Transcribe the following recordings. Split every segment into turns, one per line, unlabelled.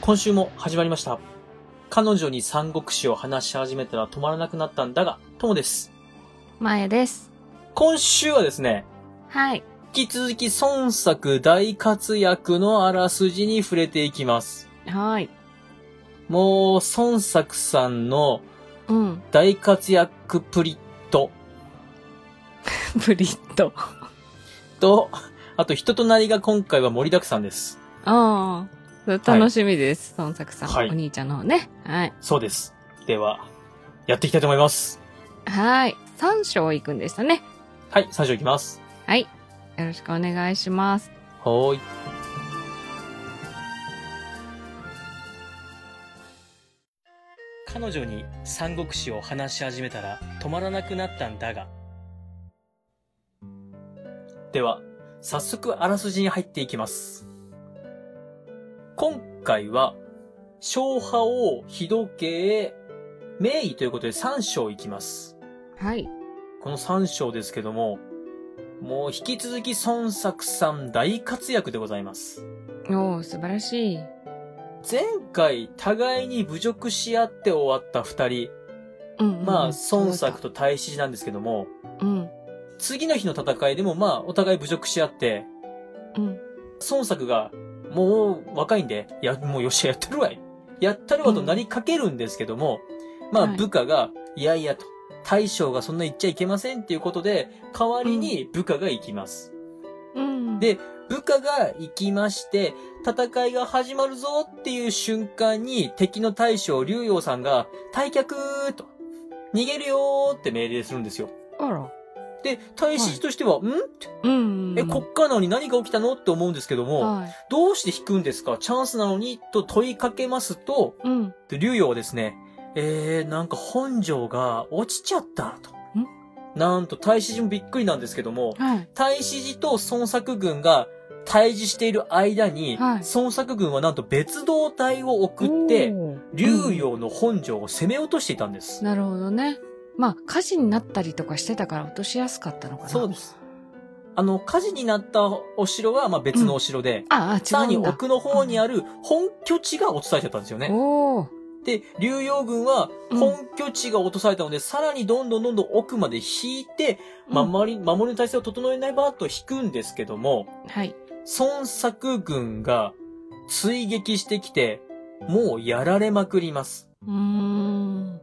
今週も始まりました。彼女に三国志を話し始めたら止まらなくなったんだが、ともです。
前です。
今週はですね、
はい。
引き続き孫作大活躍のあらすじに触れていきます。
はい。
もう、孫作さんの
うん。
大活躍プリット
ブリッド。
と、あと人となりが今回は盛りだくさんです。
ああ。楽しみです。孫作さん、
はい
お兄ちゃんの方ね。はい。
そうです。では、やっていきたいと思います。
はい。三章行くんでしたね。
はい、最初いきます。
はい。よろしくお願いします。
はーい。彼女に三国志を話し始めたら止まらなくなったんだが。では、早速あらすじに入っていきます。今回は、昭和王、日時計、名医ということで3章いきます。
はい。
この3章ですけども、もう引き続き孫作さん大活躍でございます。
おー、素晴らしい。
前回互いに侮辱し合って終わった二人、
うん、うん。
まあ孫作
と。
と太子なんですけども、
うん。
次の日の戦いでもまあお互い侮辱し合って、
うん。
孫作がもう若いんで、いやもうよっしゃやってるわい。やったるわとなりかけるんですけども、まあ
はい
部下が、いやいやと、大将がそんな言っちゃいけませんっていうことで、代わりに部下が行きます。
うん。
で部下が行きまして、戦いが始まるぞっていう瞬間に敵の大将竜陽さんが退却と、逃げるよーって命令するんですよ。
あら。
で、大使としては、ん
うん。
え、こっからなのに何が起きたのって思うんですけども、
はい。
どうして引くんですかチャンスなのにと問いかけますと、
うん。
で竜陽はですね、えー、なんか本城が落ちちゃったと。なんと大使もびっくりなんですけども、
はい。
太子寺と孫作軍が対峙している間に、
はい
孫作軍はなんと別動隊を送って、
おー、
竜陽の本城を攻め落としていたんです。
なるほどね。まあ、火事になったりとかしてたから落としやすかったのかな。
そうです。あの、火事になったお城は、まあ、別のお城で、
ああ、
さら
違
に
うんだ。
奥の方にある本拠地が落とされちゃったんですよね。
おー。
で、竜陽軍は
うん
本拠地が落とされたので、さらにどんどんどんどん奥まで引いて、
うん
守り、守りの体制を整えないばと引くんですけども、
はい。
孫作軍が追撃してきて、もうやられまくります。
うーん。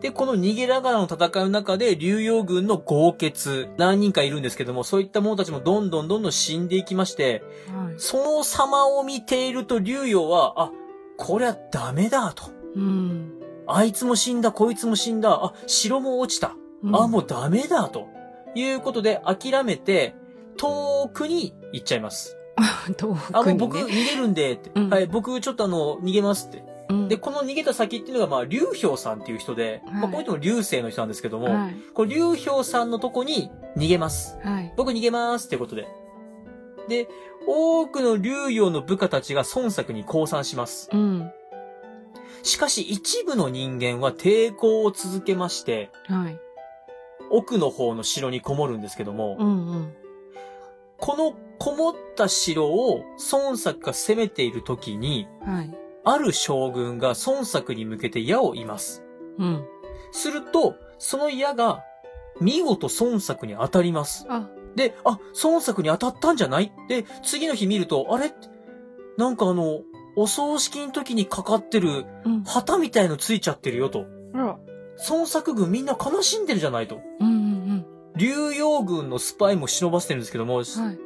で、この逃げながらの戦いの中で、竜陽軍の豪傑、何人かいるんですけども、そういった者たちもどんどんどんどん死んでいきまして、
はい。
その様を見ていると竜陽は、あ、こりゃダメだと。
うん。
あいつも死んだ、こいつも死んだ、あ、城も落ちた。あ、もうダメだと。いうことで、諦めて、遠くに行っちゃいます。
うん、遠くに、ね。
あ、もう僕逃げるんで、って。
うん
はい、僕ちょっとあの、逃げますって。
うん、
で、この逃げた先っていうのが、まあ、劉氷さんっていう人で、まあ、
はい
この人も劉星の人なんですけども、
はい。
この劉氷さんのとこに逃げます。
はい。
僕逃げますっていうことで。で、多くの劉陽の部下たちが孫作に降参します。
うん。
しかし、一部の人間は抵抗を続けまして、
はい。
奥の方の城にこもるんですけども、
うんうん。
このこもった城を孫作が攻めている時に、
はい。
ある将軍が孫作に向けて矢をいます。
うん。
すると、その矢が、見事孫作に当たります。
あ、
で、あ、孫作に当たったんじゃないで、次の日見ると、あれなんかあの、お葬式の時にかかってる
うん。
旗みたいのついちゃってるよと。
あら。
孫作軍みんな悲しんでるじゃないと。
うんうん
竜陽軍のスパイも忍ばせてるんですけども、
うん。はい。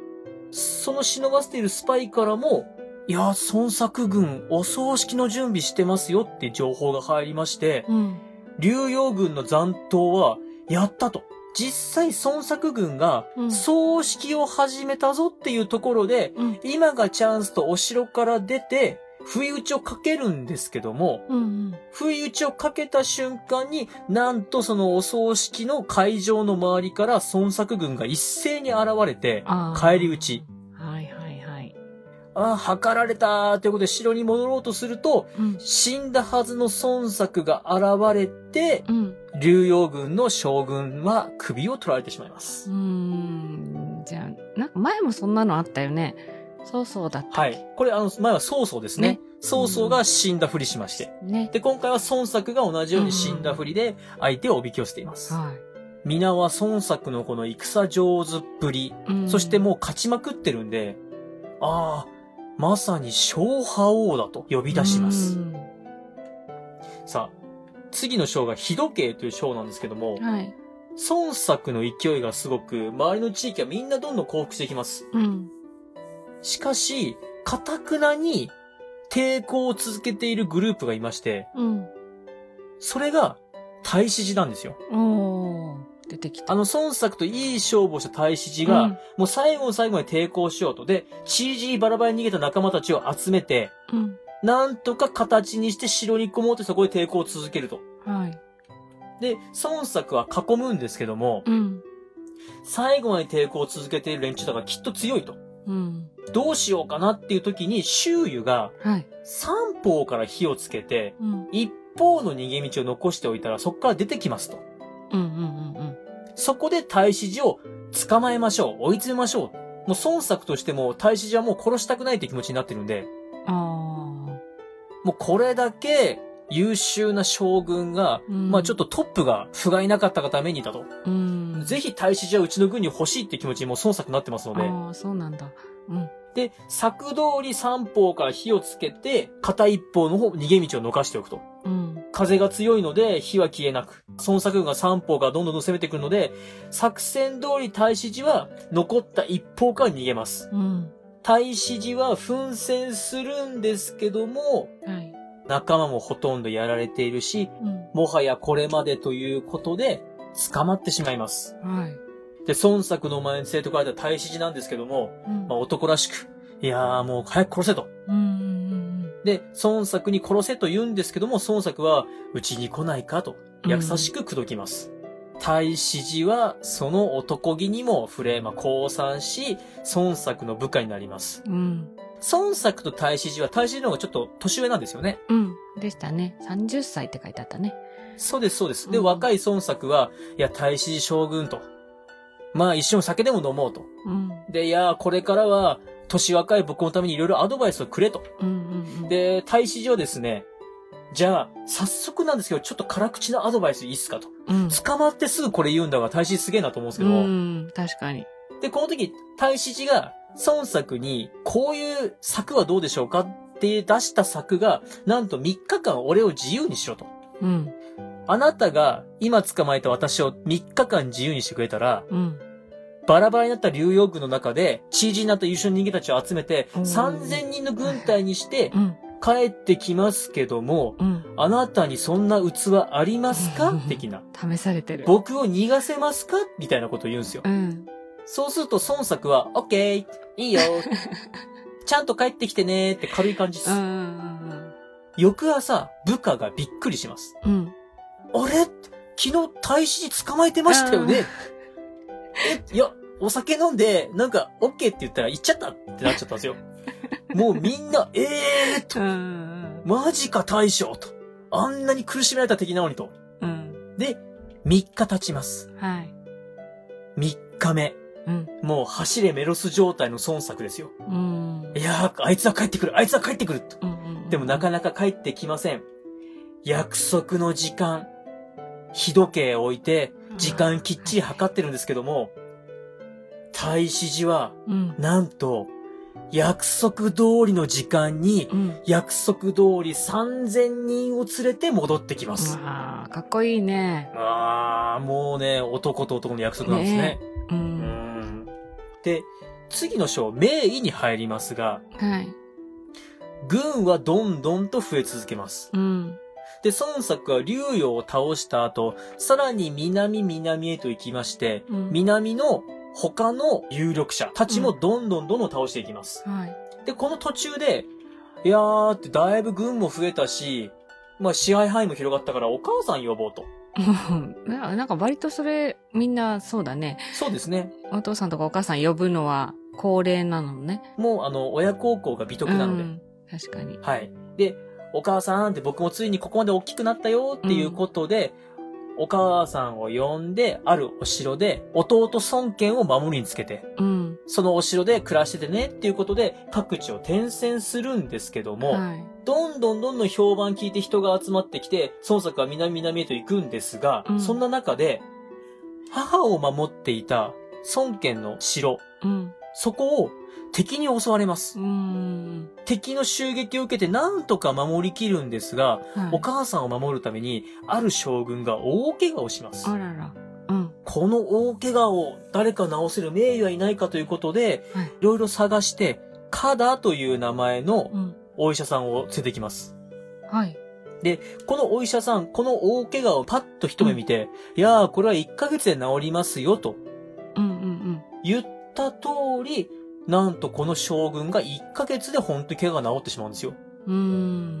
その忍ばせているスパイからも、いや、孫作軍、お葬式の準備してますよって情報が入りまして、
うん。
竜陽軍の残党は、やったと。実際、孫作軍が
う、ん
葬式を始めたぞっていうところで、
うん。
今がチャンスとお城から出て、不意打ちをかけるんですけども、
うんうん。
不意打ちをかけた瞬間に、なんとそのお葬式の会場の周りから孫作軍が一斉に現れて、
あー
帰り討ち。
はいはいはい。
ああ、図られたーということで城に戻ろうとすると、
うん。
死んだはずの孫作が現れて、
うん。
竜陽軍の将軍は首を取られてしまいま
う
す。
ーん。じゃあ、なんか前もそんなのあったよね。そうそうだった。
はい。これ、あの、前は曹操ですね。
ね
曹操が死んだふりしまして。
ね。
で、今回は孫作が同じように死んだふりで相手をおびき寄せています。
は
皆は孫作のこの戦上手っぷり、
い。うん
そしてもう勝ちまくってるんで、ああ、まさに小覇王だと呼び出します。
うん
さあ、次の章が日時計という章なんですけども、
はい。
孫作の勢いがすごく、周りの地域はみんなどんどん降伏していきます。
うん。
しかし、かたくなに抵抗を続けているグループがいまして、
うん。
それが太子寺なんですよ。
おー。出てきた。
あの孫作といい勝負をした太子寺が、もう最後の最後に抵抗しようと。で、ちりじりバラバラに逃げた仲間たちを集めて、
うん、
なんとか形にして城に込もうとそこで抵抗を続けると。
うん。はい。
で、孫作は囲むんですけども、
うん。
最後まで抵抗を続けている連中だからきっと強いと。
うん。
どうしようかなっていう時に周囲が
はい。
三方から火をつけて、
うん。
一方の逃げ道を残しておいたらそこから出てきますと。
うんうんうん
そこで太子寺を捕まえましょう。追い詰めましょう。もう孫作としても太子寺はもう殺したくないって気持ちになってるんで、
うん。あ
もうこれだけ優秀な将軍が、
ー。うん
まあちょっ、とトップが不甲斐なかったがためにだと。
うん。
ぜひ太子寺はうちの軍に欲しいって気持ちにもう孫作になってますので。
ああ、そうなんだ。うん。
で、作通り三方から火をつけて、片一方の方、逃げ道を逃しておくと。
うん。
風が強いので火は消えなく。孫作軍が三方がどんどん攻めてくるので、作戦通り太子寺は残った一方から逃げます。
うん。
太子寺は奮戦するんですけども、
はい。
仲間もほとんどやられているし、
うん。
もはやこれまでということで、捕まってしまいます。
はい。
で、孫作の前に生徒書いた太子寺なんですけども、
うん。
まあ、男らしく、いやーもう早く殺せと。
うんうん
で、孫作に殺せと言うんですけども、孫作は、うちに来ないかと、
うん
優しく口説きます。太子寺は、その男気にも触れ、まあ、降参し、孫作の部下になります。
うん。うん。
孫作と太子寺は、太子寺の方がちょっと年上なんですよね。
うん。でしたね。30歳って書いてあったね。
そうです、そうです。で、
うん
若い孫作は、いや、太子寺将軍と。まあ、一緒に酒でも飲もうと。
うん。
で、いや、これからは、年若い僕のためにいろいろアドバイスをくれと。
うんうんうん。、
で、大使上ですね、じゃあ、早速なんですけど、ちょっと辛口なアドバイスいいっすかと。
うん。
捕まってすぐこれ言うんだが、大使すげえなと思うんですけ
う
ど、
ん。確かに。
で、この時、大使寺が、孫作に、こういう策はどうでしょうかって出した策が、なんと3日間俺を自由にしろと。
うん。
あなたが今捕まえた私を3日間自由にしてくれたら、
うん。
バラバラになった流用軍の中で、知事になった優秀な人間たちを集めて、
うん
3000人の軍隊にして
うん。
帰ってきますけども、
うん。
あなたにそんな器ありますか的な。
試されてる。
僕を逃がせますかみたいなことを言うんですよ
う。ん。
そうすると孫作は、オッケーいい よちゃんと帰ってきてねーって軽い感じで
うんう
す。
ん
翌朝、部下がびっくりします。
うんうん。
あれ昨日大使に捕まえてましたよねえ、いや、お酒飲んで、なんか、オッケーって言ったら行っちゃったってなっちゃったんです よ。もうみんな、ええーと、
うん。うん
マジか大将と。あんなに苦しめられた敵なのにと。
うん。うん。
で、3日経ちます。
はい。
3日目。
うん。
もう走れメロス状態の孫作ですよ。
うん。
いやー、あいつは帰ってくるあいつは帰ってくると。
うんうんうん。
でもなかなか帰ってきません。約束の時間。日時計を置いて、時間きっちり計ってるんですけども、太子寺は、
うん。
なんと、約束通りの時間に、
うん。
約束通り3000人を連れて戻ってきます。
ああ、かっこいいね。
あー、もうね、男と男の約束なんですね
ねう。
うんんで、次の章、名医に入りますが、
はい。
軍はどんどんと増え続けます。
うん。
で、孫作は竜陽を倒した後、さらに南南へと行きまして、
うん
南の他の有力者たちもどんどんどんどん倒していきます。
はい。
で、この途中で、いやーってだいぶ軍も増えたし、まあ支配範囲も広がったからお母さん呼ぼうと。
うんななんか割とそれ、みんなそうだね。
そうですね。
お父さんとかお母さん呼ぶのは恒例なのね。
もうあの、親孝行が美徳なので。
うん確かに。
はい。で、お母さんって僕もついにここまで大きくなったよっていうことで、お母さんを呼んで、あるお城で、弟孫権を守りにつけて、
うん。
そのお城で暮らしててねっていうことで、各地を転戦するんですけども、
はい。
どんどんどんどん評判聞いて人が集まってきて、孫作は南南へと行くんですが、
うん
そんな中で、母を守っていた孫権の城、
うん。
そこを敵に襲われま
う
す。
ん。
敵の襲撃を受けてなんとか守りきるんですが、
はい。
お母さんを守るために、ある将軍が大怪我をします。
あらら。うん。
この大怪我を誰か治せる名誉はいないかということで、
はい
いろいろ探して、カダという名前の
うん。
お医者さんを連れてきます。
はい。
このお医者さん、この大怪我をパッと一目見て、いやー、これは1ヶ月で治りますよ、と
うんうん
言った通り、なんとこの将軍が1ヶ月で本当に怪我が治ってしまうんですよ。
うん。う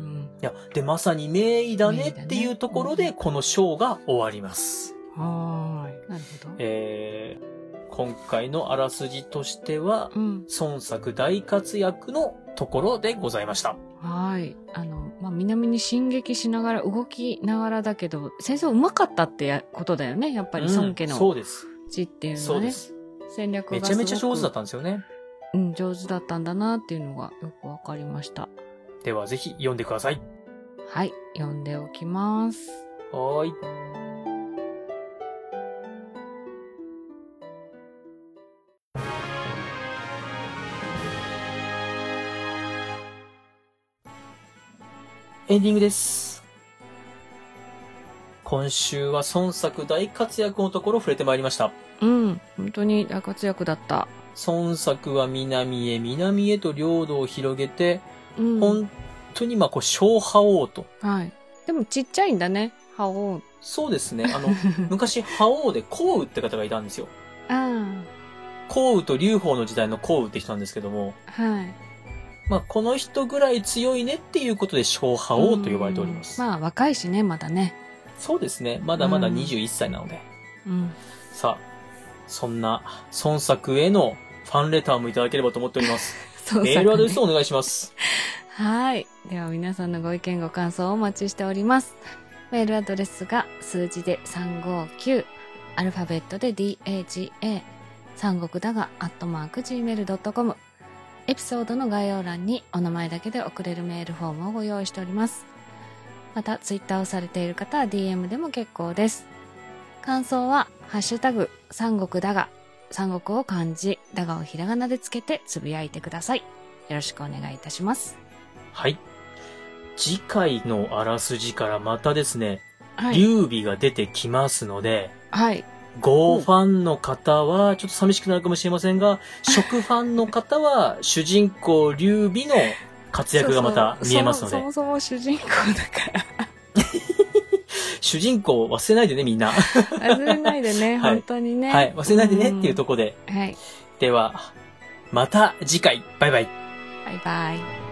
ん。
いや、で、まさに名医だね
名医だね
っていうところ
う
で、
ん
この章が終わります。
はーい。なるほど。
えー、今回のあらすじとしては、
うん。
孫作大活躍のところでございました。
はーい。あの、まあ、南に進撃しながら、動きながらだけど、先生うまかったってやことだよね。やっぱり孫家
うん
の
そうです。
地っていうの
そ
は
うで
ね。
す。
戦略が
めちゃめちゃ
す
上
ごく
手だったんですよね。
うん、上手だったんだなっていうのがよくわかりました。
ではぜひ読んでください。
はい。読んでおきます。
はーい。エンディングです。今週は孫作大活躍のところ触れてまいりました。
うん。本当に大活躍だった。
孫作は南へ南へと領土を広げて、
うん。
本当にまあこう、小覇王と。
はい。でもちっちゃいんだね。覇王。
そうですね。あ の、昔覇王で項羽って方がいたんですよ。
あ
項羽と劉邦の時代の項羽って人なんですけども、
あ。はい。
まあこの人ぐらい強いねっていうことで小覇王と呼ばれております。
うんまあ若いしね、まだね。
そうですね。まだまだ
うん
21歳なので。
うん。
さあ、そんな孫作へのファンレターもいただければと思っており ます。
そう
メールアドレス
そ
をお願いします。
はい。では皆さんのご意見、ご感想をお待ちしております。メールアドレスが数字で359、アルファベットで DAGA、三国だが、アットマーク Gmail.com。エピソードの概要欄にお名前だけで送れるメールフォームをご用意しております。また、ツイッターをされている方は DM でも結構です。感想は、ハッシュタグ、三国だが、三国を漢字、だがをひらがなでつけてつぶやいてください。よろしくお願いいたします。
はい。次回のあらすじからまたですね、
はい。
劉備が出てきますので、
はい。
ゴーファンの方は、ちょっと寂しくなるかもしれませんが、食ファンの方は、主人公劉備の活躍がまた見えますの
そ
で
も、そもそも主人公だ
主人公忘れないでね、みんな。は
から。 忘れないでね、
はい
本当にね。
い、忘れないでねっていうところで。
はい。
では、また次回、バイバイ。
バイバイ。